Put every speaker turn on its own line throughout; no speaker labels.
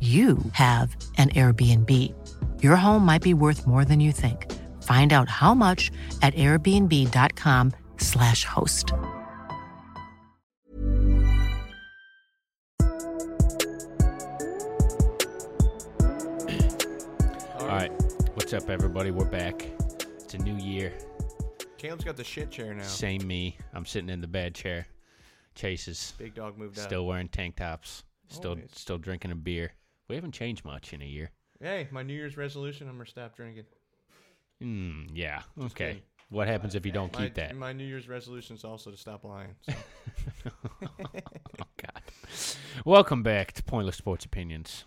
you have an Airbnb. Your home might be worth more than you think. Find out how much at airbnb.com/slash host.
All right. What's up, everybody? We're back. It's a new year.
Cam's got the shit chair now.
Same me. I'm sitting in the bad chair. Chase is
Big dog moved up.
still wearing tank tops. Still,
Always.
still drinking a beer. We haven't changed much in a year.
Hey, my New Year's resolution. I'm gonna stop drinking.
Mm, yeah. Okay.
kidding.
What happens if you don't
My,
keep that?
My New Year's resolution is also to stop lying. So.
Oh, God. Welcome back to Pointless Sports Opinions.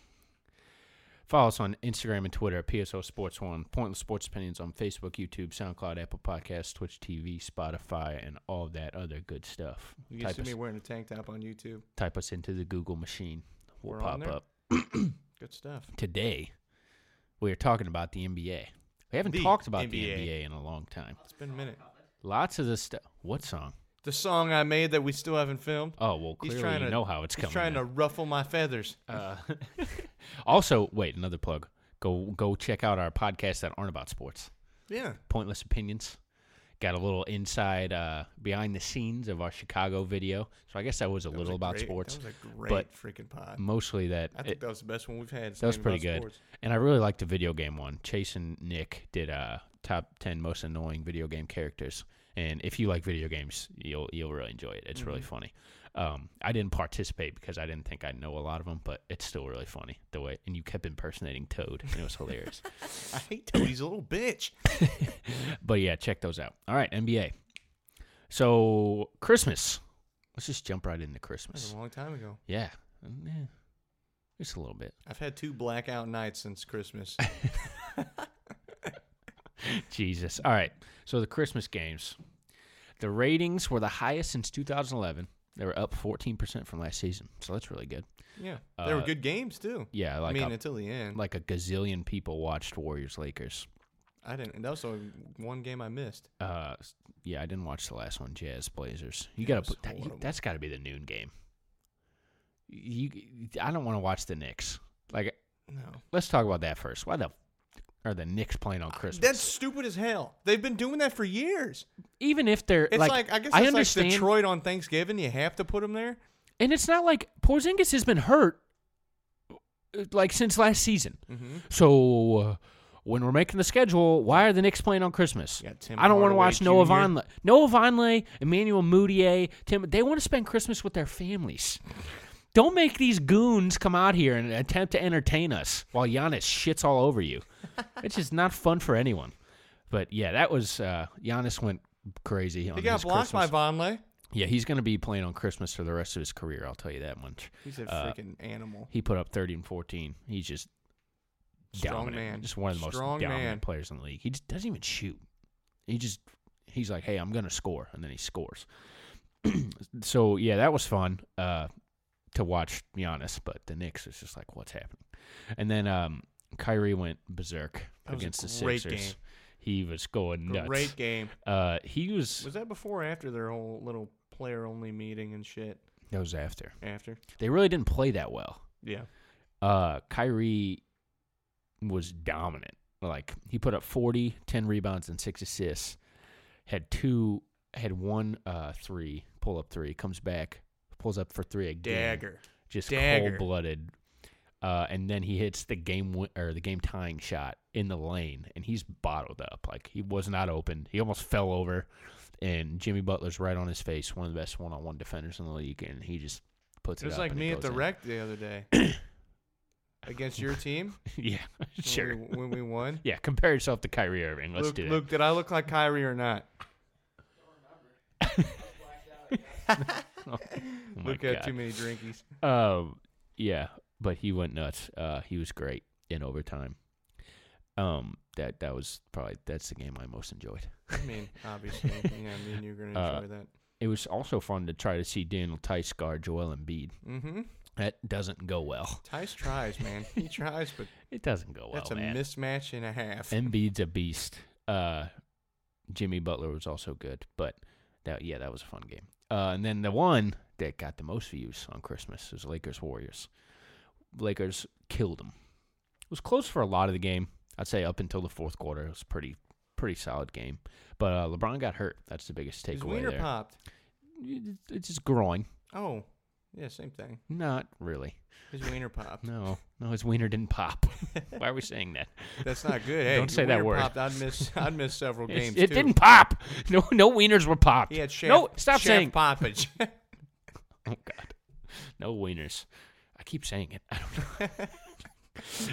Follow us on Instagram and Twitter at PSO Sports One. Pointless Sports Opinions on Facebook, YouTube, SoundCloud, Apple Podcasts, Twitch TV, Spotify, and all that other good stuff.
you can
Type
see
us,
me wearing a tank top on YouTube.
type us into the Google machine. We'll
We're on
pop
there?
up.
Good stuff.
Today, we are talking about the NBA. We haven't
The
talked about
NBA.
the NBA in a long time.
It's been a minute.
Lots of this stuff. What song?
The song I made that we still haven't filmed.
Oh, well,
he's
clearly
trying
you
to
know how it's
he's
coming.
trying
now.
to ruffle my feathers.
Uh, also, wait, another plug. Go go check out our podcasts that aren't about sports.
Yeah.
Pointless opinions. Got a little inside uh, behind the scenes of our Chicago video. So I guess that was a
That was
little about
great-
sports,
That was a great
but
freaking pod.
mostly that
I think
it-
that was the best one we've had.
that was
saying
pretty
about
good.
sports.
And I really liked the video game one. Chase and Nick did uh, top ten most annoying video game characters. And if you like video games, you'll you'll really enjoy it. It's really funny. Um, I didn't participate because I didn't think I know a lot of them, but it's still really funny the way. And you kept impersonating Toad, and it was hilarious.
I hate Toad. He's a little bitch.
But yeah, check those out. All right, NBA. So Christmas. Let's just jump right into
That was
Christmas.
a long time ago.
Yeah. Mm, yeah. Just a little bit.
I've had two blackout nights since Christmas.
Jesus. All right. So the Christmas games. The ratings were the highest since 2011. They were up 14% from last season. So that's really good.
Yeah, they were
Uh,
good games too.
yeah,
I
like
mean
a-
until the end.
Like a gazillion people watched Warriors Lakers.
I didn't. That was the only one game I missed.
Uh s- yeah, I didn't watch the last one, Jazz Blazers. You
It
got
was
to put that, you,
horrible.
that's got to be the noon game. You I don't want to watch the Knicks. Like
No,
Let's talk about that first. Why the f- are the Knicks playing
Uh,
on Christmas?
that's stupid as hell. They've been doing that for years.
even if they're
It's like,
like,
I guess it's
I understand,
like Detroit on Thanksgiving. You have to put them there.
and it's not like Porzingis has been hurt uh, like since last season.
Mm-hmm.
So uh, when we're making the schedule, why are the Knicks playing on Christmas?
You got Tim
I don't want to
Hardaway
watch Noah
Jr..
Vonleh, Noah Vonleh, Emmanuel Mudiay, Tim. They want to spend Christmas with their families. Don't make these goons come out here and attempt to entertain us while Giannis shits all over you. It's just not fun for anyone. But yeah, that was uh, Giannis went crazy. On
He got
his
blocked
Christmas.
by Vonleh.
Yeah, he's going to be playing on Christmas for the rest of his career. I'll tell you that much.
He's a
Uh,
freaking animal.
He put up thirty and fourteen. He's just
Strong
dominant.
man.
Just one of the
Strong
most dominant
man.
players in the league. He just doesn't even shoot. He just he's like, hey, I'm going to score, and then he scores. so yeah, that was fun. Uh, to watch Giannis, but the Knicks is just like, what's happening? And then um, Kyrie went berserk
That was a
against the
great
Sixers.
game.
He was going nuts.
Great game.
Uh, he was,
Was that before or after their whole little player only meeting and shit?
that was after.
After?
They really didn't play that well.
Yeah.
Uh, Kyrie was dominant. Like he put up 40, 10 rebounds and 6 assists. Had two had one uh 3, pull up 3, comes back, pulls up for 3 again.
Dagger.
Just
Dagger.
cold-blooded. Uh, and then he hits the game win- or the game tying shot in the lane and he's bottled up. Like he was not open. He almost fell over and Jimmy Butler's right on his face, one of the best one-on-one defenders in the league and he just puts
It
it
was
up
like
and it
me at
goes
the
in.
wreck the other day against your team.
yeah, sure.
When we, when we won.
Yeah, compare yourself to Kyrie Irving. Let's
Luke,
do that.
Luke, did I look like Kyrie or not?
Oh my
Luke had
God.
too many drinkies.
Um, yeah, but he went nuts. Uh, he was great in overtime. Um, that that was probably that's the game I most enjoyed.
I mean, obviously, yeah, me and you're gonna
Uh,
enjoy that.
It was also fun to try to see Daniel Tice guard Joel Embiid.
Mm-hmm.
That doesn't go well.
Tice tries, man. He tries, but
It doesn't go well,
that's a
man.
mismatch and a half.
Embiid's a beast. Uh, Jimmy Butler was also good, but that yeah, that was a fun game. Uh, and then the one that got the most views on Christmas was Lakers Warriors. Lakers killed them. It was close for a lot of the game. I'd say up until the fourth quarter, it was pretty pretty solid game. But uh, LeBron got hurt. That's the biggest
His
takeaway
wiener
there.
popped.
It- It's his groin.
Oh, yeah, same thing.
Not really.
His wiener popped.
No, no, his wiener didn't pop. Why are we saying that?
That's not good. Hey,
Don't
your
say that
wiener
word.
Popped. I'd miss. I'd miss several
It's-
games.
it
too.
didn't pop. No, no wieners were popped.
He had Shaft,
no, stop
Shaft
saying
poppage.
Oh God, no wieners. I keep saying it. I don't know.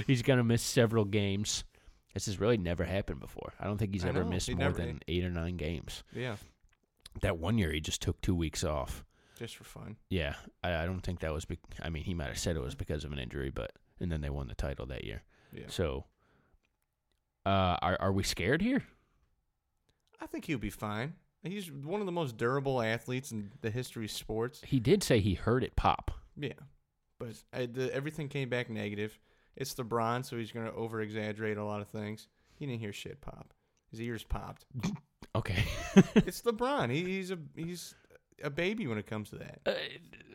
he's gonna miss several games. This has really never happened before. I don't think he's
I
ever
know,
missed
he
more
never-
than eight or nine games.
yeah,
That one year, he just took two weeks off.
just for fun.
Yeah, I, I don't think that was. Be- I mean, he might have said it was because of an injury, but and then they won the title that year.
Yeah,
So, uh, are are we scared here?
I think he'll be fine. He's one of the most durable athletes in the history of sports.
He did say he heard it pop.
Yeah, but I, the, everything came back negative. It's the bronze, so he's gonna over exaggerate a lot of things. He didn't hear shit pop. His ears popped.
Okay.
it's LeBron. He, he's a he's a baby when it comes to that.
Uh,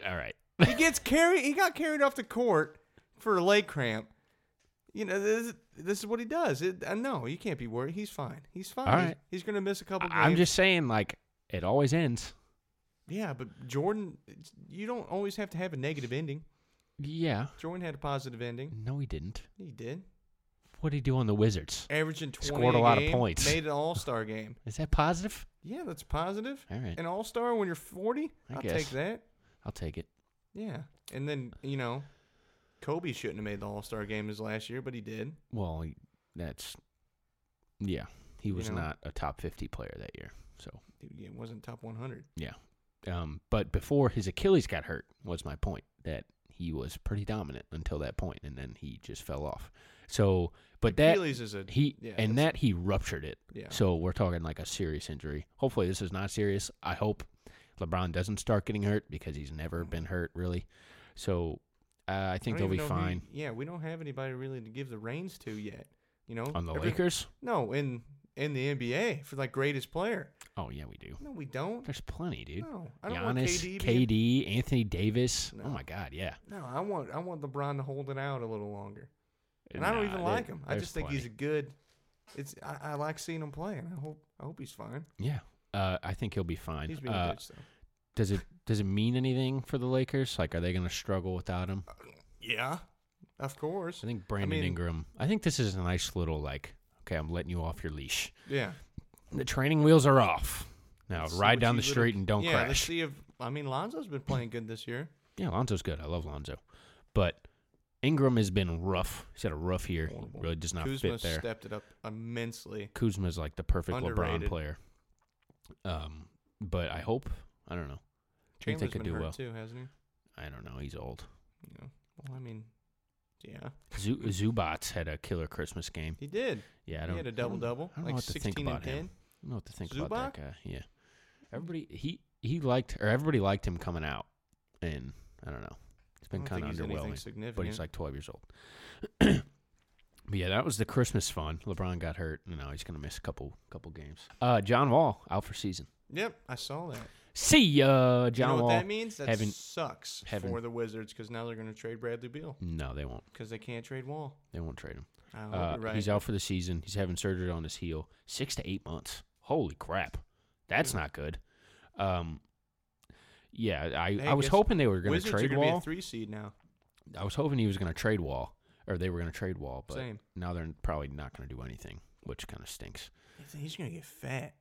all right.
He gets carried. He got carried off the court for a leg cramp. You know this. This is what he does. It, uh, no, you can't be worried. He's fine. He's fine.
All
He's-
right.
He's, gonna miss a couple.
I- I'm
games.
just saying, like it always ends.
Yeah, but Jordan, you don't always have to have a negative ending.
Yeah.
Jordan had a positive ending.
No, he didn't.
He did.
What did he do on the Wizards?
Averaging twenty.
Scored a lot of
game,
points.
Made an All Star game.
Is that positive?
Yeah, that's positive.
All right.
An All Star when you're 40.
I
will
guess.
take that.
I'll take it.
Yeah, and then you know, Kobe shouldn't have made the All Star game his last year, but he did.
Well, he- that's yeah. He
You
was
know?
not a top 50 player that year. So,
Dude, It wasn't top 100.
yeah. Um but before his Achilles got hurt was my point that he was pretty dominant until that point and then he just fell off. So, but that
Achilles is a
he
yeah,
and
that's-
that he ruptured it.
Yeah.
So we're talking like a serious injury. Hopefully this is not serious. I hope LeBron doesn't start getting hurt because he's never been hurt really. So uh, I think
Mm. don't
they'll be
even know who-
fine
yeah, we don't have anybody really to give the reins to yet. You know,
on the
Every-
Lakers.
No, in in the NBA for like greatest player.
Oh yeah, we do.
No, we don't.
There's plenty, dude.
No, I don't want
Giannis,
KD being-
KD, Anthony Davis.
No.
Oh my God, yeah.
No, I want I want LeBron to hold it out a little longer. And I don't
Nah,
even
there-
like him. I
there's
just think he's a
plenty.
good. It's I, I like seeing him play, and I hope I hope he's fine.
yeah. Uh, I think he'll be fine.
He's being
Uh,
a bitch though.
does it does it mean anything for the Lakers? Like, are they going to struggle without him?
Yeah, of course.
I think Brandon
mean-
Ingram. I think this is a nice little like. Okay, I'm letting you off your leash.
Yeah.
The training wheels are off. Now
Let's see
ride
what
down
you
the
little-
street and don't
yeah, Let's
crash.
see if I mean Lonzo's been playing good this year.
Yeah, Lonzo's good. I love Lonzo, but Ingram has been rough. He's had a rough year. He
Horrible.
Really does not
Kuzma
fit there.
stepped it up immensely.
Kuzma's like the perfect LeBron
Underrated.
player. Um, but I hope I don't know. I think
Chandler's
they could do
been hurt
well.
too, hasn't he?
I don't know. He's old.
Yeah. Well, I mean, yeah,
Zu- Zubats had a killer Christmas game.
he did.
Yeah, I
he
don't.
had a
I don't-
double double,
I don't know
like
what to think
sixteen and
about him.
ten.
I don't know what to think about that
Zubac?
guy. Yeah, everybody he he liked or everybody liked him coming out, and I don't know. It's been
I don't
kind of
think he's anything
underwhelming, but
significant.
he's like 12 years old. but yeah, that was the Christmas fun. LeBron got hurt, and now he's gonna miss a couple couple games. Uh, John Wall out for season.
Yep, I saw that.
See ya,
you
John
know
Wall.
what that means? That
having-
sucks
having-
for the Wizards because now they're going to trade Bradley Beal
No, they won't.
because they can't trade Wall.
They won't trade him.
I hope
Uh,
you're Oh, right.
He's out for the season. He's having surgery on his heel. Six to eight months. Holy crap,
Hmm.
that's not good. Um, yeah, I,
Hey,
I was
guess-
hoping they were going to
Wizards
trade
are gonna Be
Wall.
a three seed now.
I was hoping he was going to trade Wall, or they were going to trade Wall, but
Same.
now they're probably not going to do anything, which kind of stinks.
He's going to get fat.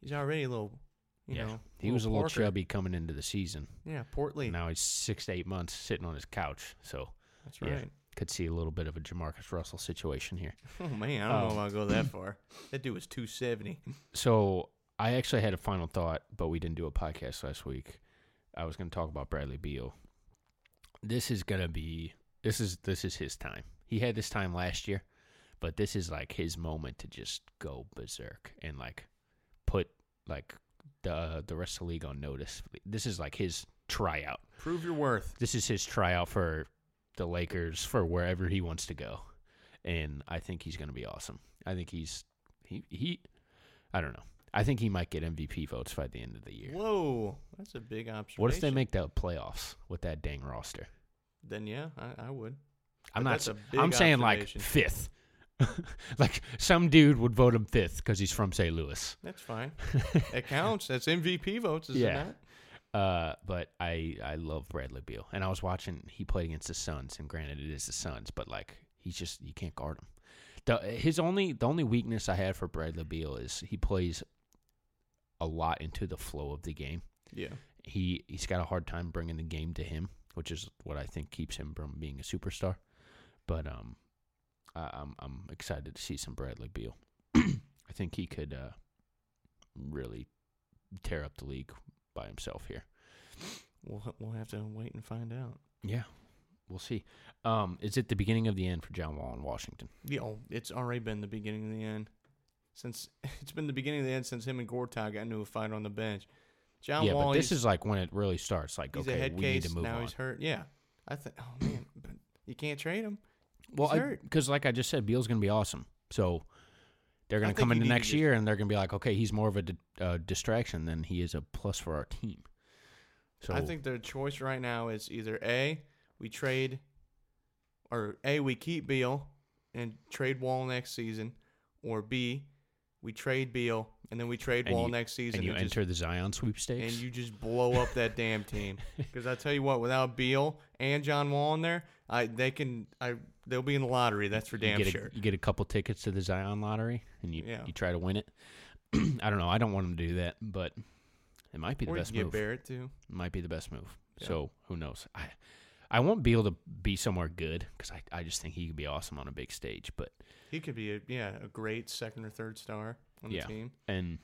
He's already a little, you
yeah,
know.
he was a little
porker.
chubby coming into the season.
Yeah, portly.
Now he's six to eight months sitting on his couch, so
That's
yeah,
right.
could see a little bit of a Jamarcus Russell situation here.
Oh man, I don't know
Um,
if I'll go that far. That dude was 270.
So I actually had a final thought, but we didn't do a podcast last week. I was going to talk about Bradley Beal. This is going to be this is this is his time. He had this time last year, but this is like his moment to just go berserk and like put like the the rest of the league on notice. This is like his tryout.
Prove your worth.
This is his tryout for the Lakers for wherever he wants to go. And I think he's going to be awesome. I think he's he he I don't know. I think he might get MVP votes by the end of the year. What,
Whoa, that's a big observation.
if they make the playoffs with that dang roster?
Then yeah, I, I would.
I'm
But
not
that's
s-
a big
I'm saying like
observation.
5th. like some dude would vote him 5th cuz he's from St. Louis.
That's fine. It counts. That's MVP votes, is
Yeah.
it not?
Uh, but I I love Bradley Beal, and I was watching he played against the Suns, and granted it is the Suns, but like he's just you can't guard him. The, his only the only weakness I had for Bradley Beal is he plays a lot into the flow of the game.
Yeah.
He he's got a hard time bringing the game to him, which is what I think keeps him from being a superstar. But um, I, I'm I'm excited to see some Bradley Beal. I think he could uh, really tear up the league by himself here.
We'll we'll have to wait and find out.
Yeah, we'll see. Um, is it the beginning of the end for John Wall in Washington?
Yeah, oh, it's already been the beginning of the end. Since it's been the beginning of the end since him and Gortag got into a fight on the bench. John
yeah,
Wall.
but this
he's-
is like when it really starts. Like,
he's a
okay,
head
we
case.
need to move
now
on.
he's hurt. Yeah, I think. Oh man, but you can't trade him.
well,
he's hurt.
because like I just said, Beal's going to be awesome. So they're going
I
to
think
come
you
into
need to
next
just-
year and they're going to be like, okay, he's more of a di- uh, distraction than he is a plus for our team. So
I think their choice right now is either A, we trade, or A, we keep Beal and trade Wall next season, or B, we trade Beal and then we trade
and
Wall
you-
next season
and you
just,
enter the Zion sweepstakes.
and you just blow up that damn team. Because I tell you what, without Beal and John Wall in there, I they can I they'll be in the lottery. That's for damn
you get
sure.
a, you get a couple tickets to the Zion lottery and you
Yeah.
you try to win it. I don't know. I don't want him to do that, but it might be the
or you
best
can get
move.
Barrett too.
might be the best move.
Yeah.
So who knows? I I want Beal to be somewhere good because I, I just think he could be awesome on a big stage. But
He could be a yeah a great second or third star on
yeah,
the team.
and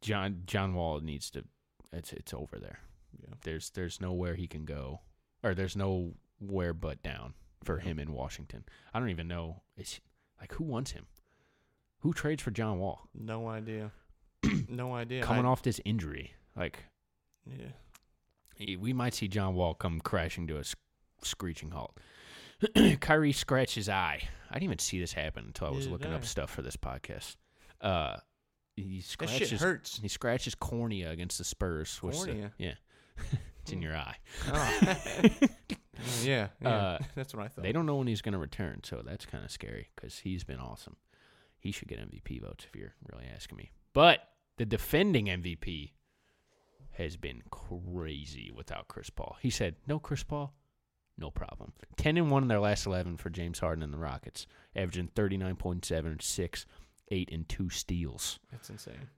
John John Wall needs to. It's it's over there.
Yeah.
There's there's nowhere he can go, or there's nowhere but down for him in Washington. I don't even know. Is like who wants him? Who trades for John Wall
No idea. no idea.
coming
I-
off this injury? Like
Yeah.
Eh, we might see John Wall come crashing to a s- screeching halt. Kyrie scratched his eye. I didn't even see this happen until I was
Neither
looking
did
up
I.
stuff for this podcast. Uh, he
That
scratched
shit
his,
hurts.
He scratched his cornea against the Spurs. Which the-
Cornea? Hmm. Oh.
yeah, it's in your eye.
Yeah, yeah.
Uh,
that's what I thought.
They don't know when he's going to return, so that's kind of scary because he's been awesome. He should get MVP votes if you're really asking me. But the defending MVP has been crazy without Chris Paul. He said, "No Chris Paul, no problem." Ten and one in their last eleven for James Harden and the Rockets, averaging thirty nine point seven, six, eight, and two steals.
It's insane.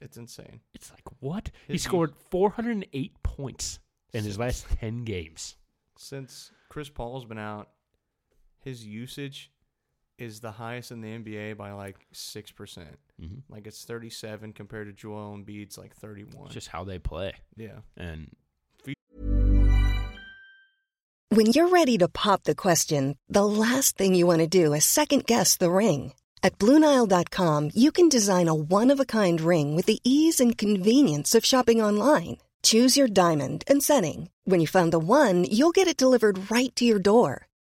It's insane.
It's like what he
His-
scored four hundred and eight points in his last ten games.
Since Chris Paul's been out, his usage is the highest in the NBA by like six percent.
Mm-hmm.
Like it's thirty-seven compared to Joel Embiid's like thirty-one.
Just how they play,
yeah.
and
When you're ready to pop the question, the last thing you want to do is second guess the ring. At Bluenile.com, you can design a one of a kind ring with the ease and convenience of shopping online. Choose your diamond and setting. When you find the one, you'll get it delivered right to your door.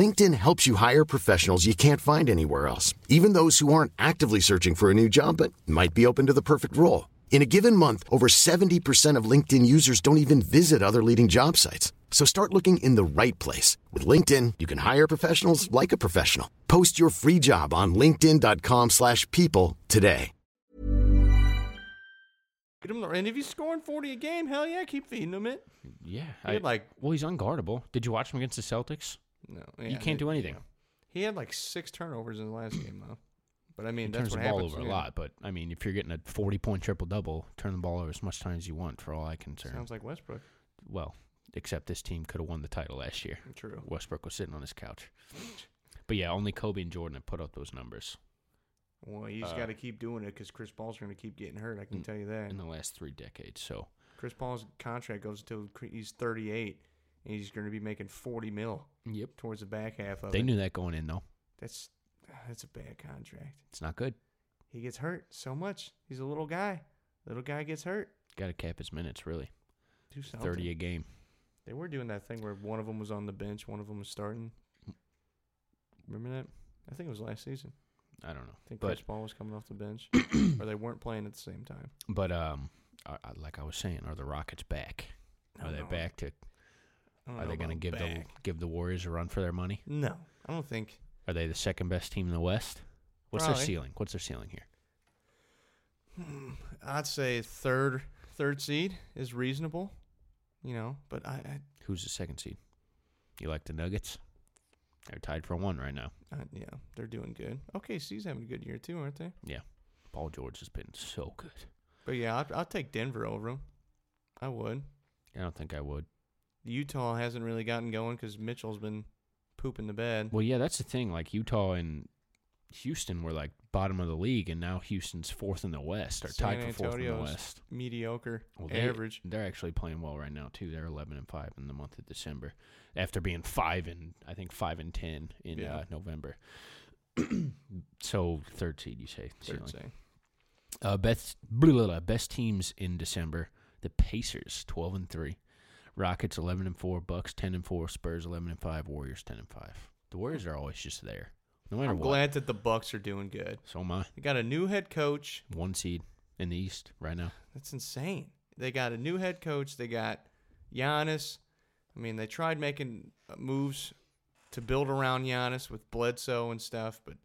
LinkedIn helps you hire professionals you can't find anywhere else, even those who aren't actively searching for a new job but might be open to the perfect role. In a given month, over 70% of LinkedIn users don't even visit other leading job sites. So start looking in the right place. With LinkedIn, you can hire professionals like a professional. Post your free job on linkedin.com/people slash people today.
Get him the, and if he's scoring 40 a game, hell yeah, keep feeding him it.
Yeah,
He had, like-
well, he's unguardable. Did you watch him against the Celtics?
No,
you
yeah,
can't
they-
do anything.
He had like six turnovers in the last game though. But I mean,
he turns
that's what
the ball
happens.
over a
yeah.
lot, but I mean, if you're getting a 40 point triple double, turn the ball over as much time as you want, for all I can turn.
Sounds like Westbrook.
well, except this team could have won the title last year.
True.
Westbrook was sitting on his couch. But yeah, only Kobe and Jordan have put up those numbers
Well, he's
Uh,
got to keep doing it because Chris Paul's going to keep getting hurt. I can
Mm.
tell you that.
in the last three decades. So
Chris Paul's contract goes until cre- he's 38, and he's going to be making 40 mil
yep,
towards the back half of
they
it.
knew that going in though.
That's that's a bad contract.
It's not good.
He gets hurt so much. He's a little guy. Little guy gets hurt.
Got to cap his minutes really.
Do something.
Thirty a game.
They were doing that thing where one of them was on the bench, one of them was starting. Remember that? I think it was last season.
I don't know,
I think
but
Chris Paul was coming off the bench, or they weren't playing at the same time.
but um, I, I, like I was saying, are the Rockets back?
I
Are
don't
they
know.
back to?
I don't
Are
know
they going to
about
give the
back.
give the Warriors a run for their money?
No, I don't think.
Are they the second best team in the West? What's
Probably.
their ceiling? What's their ceiling here?
I'd say third third seed is reasonable, you know. But I,
Who's the second seed? You like the Nuggets? They're tied for one right now.
I, I yeah, they're doing good. OKC's having a good year too, aren't they?
Yeah, Paul George has been so good.
But yeah, I'd, I'd take Denver over them. I would.
I don't think I would.
Utah hasn't really gotten going because Mitchell's been pooping the bed.
Well, yeah, that's the thing. Like Utah and Houston were like bottom of the league, and now Houston's fourth in the West, or
San
tied for fourth in the
Antonio's
West.
mediocre,
Well, they,
average.
They're actually playing well right now too. They're eleven and five in the month of December, after being five and I think five and ten in
Yeah.
uh, November. so third seed, you say? ceiling.
Third seed.
Uh, best blah, blah, blah, best teams in December: the Pacers, twelve and three, Rockets, eleven and four, Bucks, ten and four, Spurs, eleven and five, Warriors, ten and five. The Warriors are always just there, no matter
I'm
what.
glad that the Bucks are doing good.
So am I.
They got a new head coach.
One seed in the East right now.
That's insane. They got a new head coach. They got Giannis. I mean, they tried making uh, moves to build around Giannis with Bledsoe and stuff, but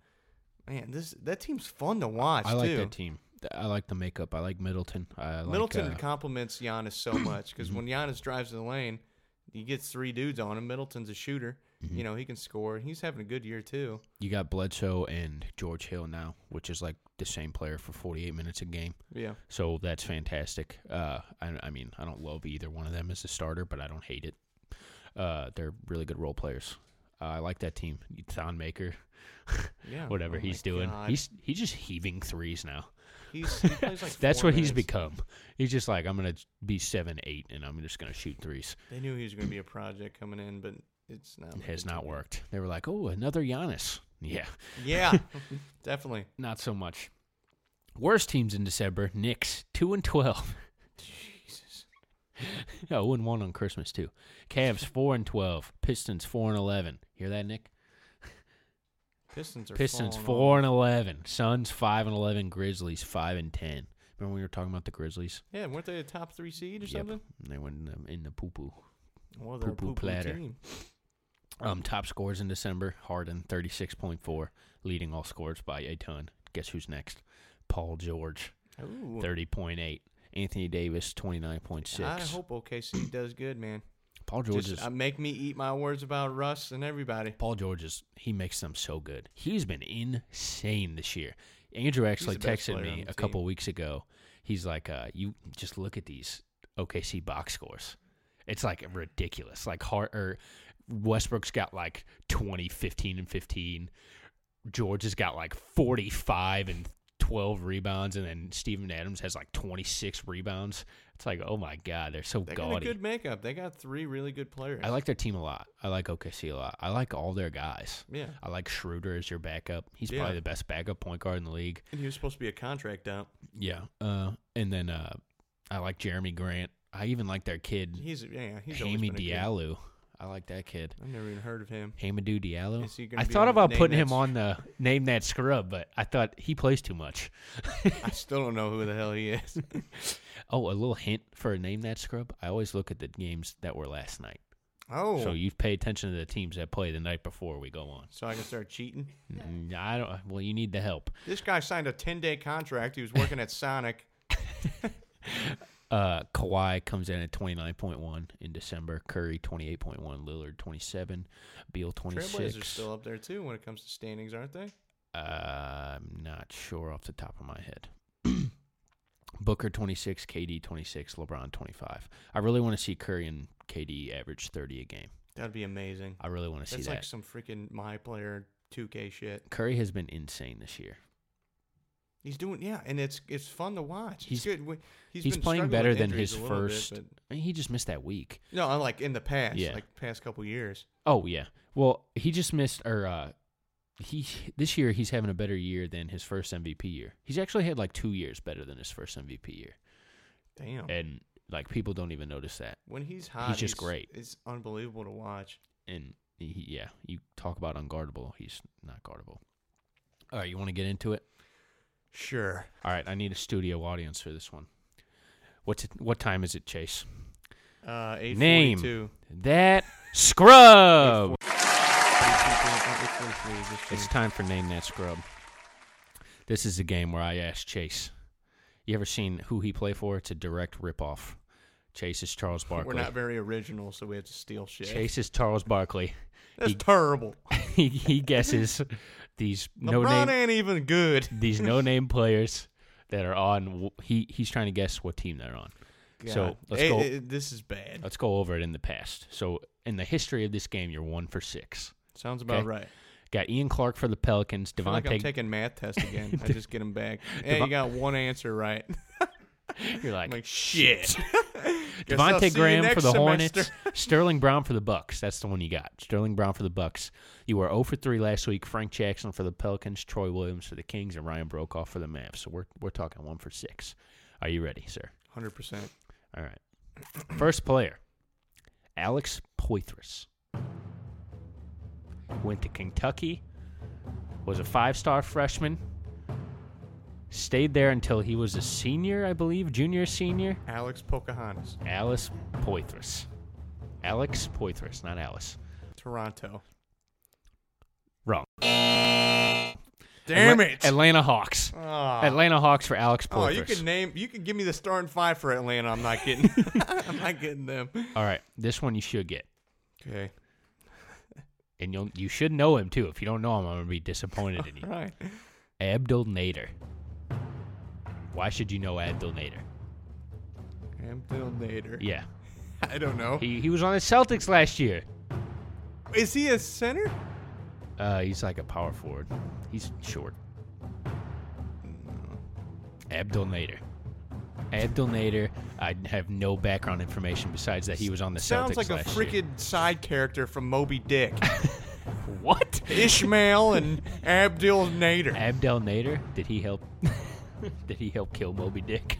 man, this that team's fun to watch.
I like
too.
that team. Th- I like the makeup. I like Middleton. I like,
Middleton
uh, Mm-hmm.
compliments Giannis so much because when Giannis drives the lane, he gets three dudes on him. Middleton's a shooter.
Mm-hmm.
You know, he can score. He's having a good year too.
you got Bledsoe and George Hill now, which is like the same player for 48 minutes a game.
Yeah.
So that's fantastic. Uh, I, I mean, I don't love either one of them as a starter, but I don't hate it. Uh, they're really good role players. Uh, I like that team. Thon Maker,
Yeah.
whatever
Oh
he's
my
doing,
God.
he's he's just heaving threes now.
He's, he plays like
that's
four
what he's
minutes.
become. He's just like I'm gonna be seven eight, and I'm just gonna shoot threes.
They knew he was going to be a project coming in, but it's not.
It
looking
has not
too-
worked. They were like, oh, another Giannis. Yeah,
Yeah, definitely.
not so much. Worst teams in December: Knicks, two and twelve. Jesus. oh, and one on Christmas too. Cavs four and twelve. Pistons four and eleven. Hear that, Nick?
Pistons are
Pistons
falling
four
off.
and eleven. Suns five and eleven. Grizzlies five and ten. Remember when we were talking about the Grizzlies?
Yeah, weren't they a top three seed or something?
And they went in the, in the poo poo.
Well, they're a
Poo-poo
poo-poo
platter.
team.
Um, top scores in December: Harden thirty six point four, leading all scores by a ton. Guess who's next? Paul George.
Ooh.
thirty point eight. Anthony Davis twenty nine point six.
I hope OKC does good, man.
Paul George
Just
is
uh, make me eat my words about Russ and everybody.
Paul George is he makes them so good. He's been insane this year. Andrew actually
the best
texted
player on
me
the
a couple
team.
weeks ago. He's like, uh, "You just look at these OKC box scores. It's like ridiculous. Like Hart or Westbrook's got like 20, 15, and fifteen. George has got like 45 and 12 rebounds, and then Steven Adams has like 26 rebounds. It's like, oh my God, they're so
They got a
gaudy.
good makeup. They got three really good players.
I like their team a lot. I like OKC a lot. I like all their guys.
Yeah.
I like Schroeder as your backup. He's
Yeah.
probably the best backup point guard in the league.
And he was supposed to be a contract dump.
Yeah. Uh, and then uh, I like Jeremy Grant. I even like their kid,
He's yeah. He's always
Hamid
been a good-
Mm. Diallo. I like that kid.
I've never even heard of him.
Hamadou Diallo.
Is he gonna
I
be
thought
on the
about
name
putting him
that's-
on the name that scrub, but I thought he plays too much.
I still don't know who the hell he is.
Oh, a little hint for a name that scrub. I always look at the games that were last night.
Oh,
So you pay attention to the teams that play the night before we go on.
so I can start cheating.
Mm, I don't. Well, you need the help.
This guy signed a ten day contract. He was working at Sonic.
Uh, Kawhi comes in at twenty nine point one in December. Curry twenty eight point one. Lillard twenty seven. Beal twenty
Trailblazers are
six.
still up there too when it comes to standings, aren't they?
Uh, I'm not sure off the top of my head. Booker 26, KD 26, LeBron 25. I really want to see Curry and KD average 30 a game.
That'd be amazing.
I really want to
That's
see
like
that.
some freaking my player 2K shit.
Curry has been insane this year.
He's doing yeah, and it's it's fun to watch.
He's-
He's good. We-
He's,
been
playing
struggling
better
with
than
injuries
his
a little bit,
first.
but-
I mean, he just missed that week.
no, unlike in the past,
Yeah.
like past couple years.
Oh yeah. Well, he just missed or uh he this year he's having a better year than his first MVP year. He's actually had like 2 years better than his first MVP year.
Damn.
And like people don't even notice that.
when he's hot,
Eh. just great.
It's unbelievable to watch.
and he, yeah, you talk about unguardable. He's not guardable. All right, you want to get into it?
Sure.
All right, I need a studio audience for this one. What's it, what time is it, Chase?
Uh,
Name
842.
that scrub.
842, 843,
It's
just
time for name that scrub. This is a game where I ask Chase, "You ever seen who he play for?" It's a direct ripoff. Chase is Charles
kidding.
Barkley.
We're not very original, so we have to steal shit.
Chase is Charles Barkley.
That's
he-
terrible.
he, he guesses these no
LeBron
name
ain't even good.
these no name players that are on. He he's trying to guess what team they're on. So
God.
let's
Eh,
go. Uh,
eh, this is bad.
Let's go over it in the past. So in the history of this game, you're one for six.
Sounds about
okay.
right.
Got Ian Clark for the Pelicans.
I feel like I'm
Devontae,
taking math test again. I just get them back. Hey, you got one answer right.
you're
I'm
like,
like shit. Guess I'll see
Devontae
you
Graham for
next
the
semester.
Hornets. Sterling Brown for the Bucks. That's the one you got. Sterling Brown for the Bucks. You were 0 for 3 last week. Frank Jackson for the Pelicans. Troy Williams for the Kings, and Ryan Brokaw for the Mavs. So we're we're talking one for six. Are you ready, sir?
Hundred percent.
All right. First player, Alex Poitras. Went to Kentucky, was a five star freshman, stayed there until he was a senior, I believe, junior, senior.
Alex Pocahontas,
Alice Poitras. Alex Poitras, not Alice.
Toronto.
Wrong.
Damn
Atla-
it!
Atlanta Hawks.
Ah.
Atlanta Hawks for Alex Poitras.
Oh, you can name. You can give me the starting five for Atlanta. I'm not getting. I'm not getting them.
All right, this one you should get.
Okay.
And you'll, you should know him too. If you don't know him, I'm going to be disappointed in you.
All right.
Abdul Nader. Why should you know Abdul Nader?
Amdil Nader.
Yeah.
I don't know.
He, he was on the Celtics last year.
Is he a center?
Uh, he's like a power forward. He's short. Abdul Nader. Abdul Nader. I have no background information besides that he was on the
Sounds
Celtics
like a
last year.
freaking side character from Moby Dick.
What?
Ishmael and Abdil Nader.
Abdel Nader? Did he help? Did he help kill Moby Dick?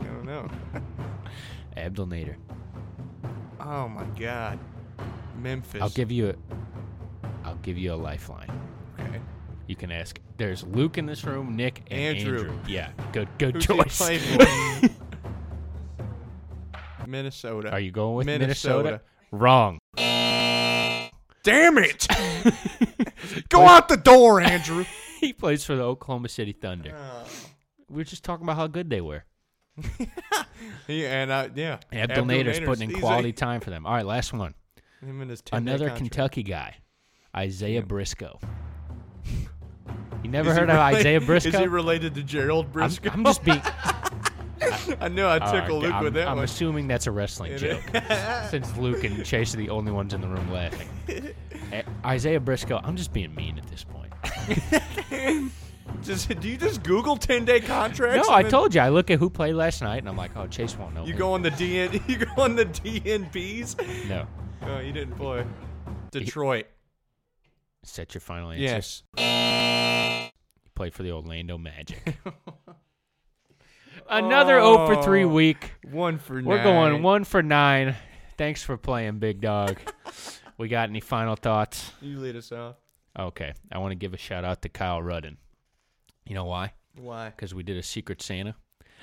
I don't know.
Abdul Nader.
Oh my God. Memphis.
I'll give you a. I'll give you a lifeline.
Okay.
You can ask. There's Luke in this room, Nick, and Andrew.
Andrew.
Yeah, good, good
Who's
choice.
He play for? Minnesota.
Are you going with Minnesota?
Minnesota.
Wrong.
Damn it! Go out the door, Andrew.
He plays for the Oklahoma City Thunder.
Oh.
We were just talking about how good they were.
yeah, and uh, yeah.
Abdul Nader's putting in
he's a-
quality time for them. All right, last one.
Him and his 10-day
Another
contract.
Kentucky guy, Isaiah Briscoe. You never
Is he
heard of
related-
Isaiah
Is he
Briscoe?
related to Gerald
I'm,
Briscoe?
I'm just being.
I knew I
All right,
took a look
I'm,
with that
I'm
one.
assuming that's a wrestling
It
joke, since Luke and Chase are the only ones in the room laughing. Eh, Isaiah Briscoe, I'm just being mean at this point.
Just, do you just Google 10 day contracts?
No, I
and then
told you. I look at who played last night, and I'm like, oh, Chase won't know.
You
who-
go on the DN, you go on the DNPs.
No.
Oh, you didn't play. Detroit.
Set your final answer.
Yes.
You played for the Orlando Magic. Another 0 for 3
Oh.
week.
One for
We're
nine.
going 1 for 9. Thanks for playing, big dog. we got any final thoughts?
You lead us out.
Okay. I want to give a shout out to Kyle Rudden. You know why?
Why?
Because we did a Secret Santa,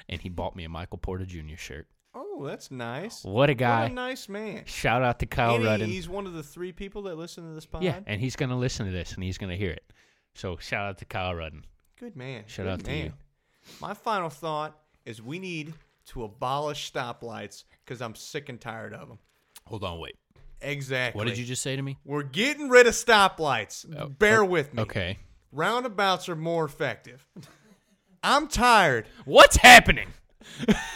and he bought me a Michael Porter Jr. shirt.
Oh, that's nice.
What a guy.
What a nice man.
Shout out to Kyle
And he-
Rudden.
He's one of the three people that listen to this pod.
Yeah, and he's going to listen to this and he's going to hear it. So shout out to Kyle Rudden.
Good man.
Shout
Good
out to
man.
you.
My final thought is we need to abolish stoplights because I'm sick and tired of them.
Hold on, wait.
Exactly.
What did you just say to me?
We're getting rid of stoplights. Bear with me.
Okay.
Roundabouts are more effective. I'm tired.
What's happening?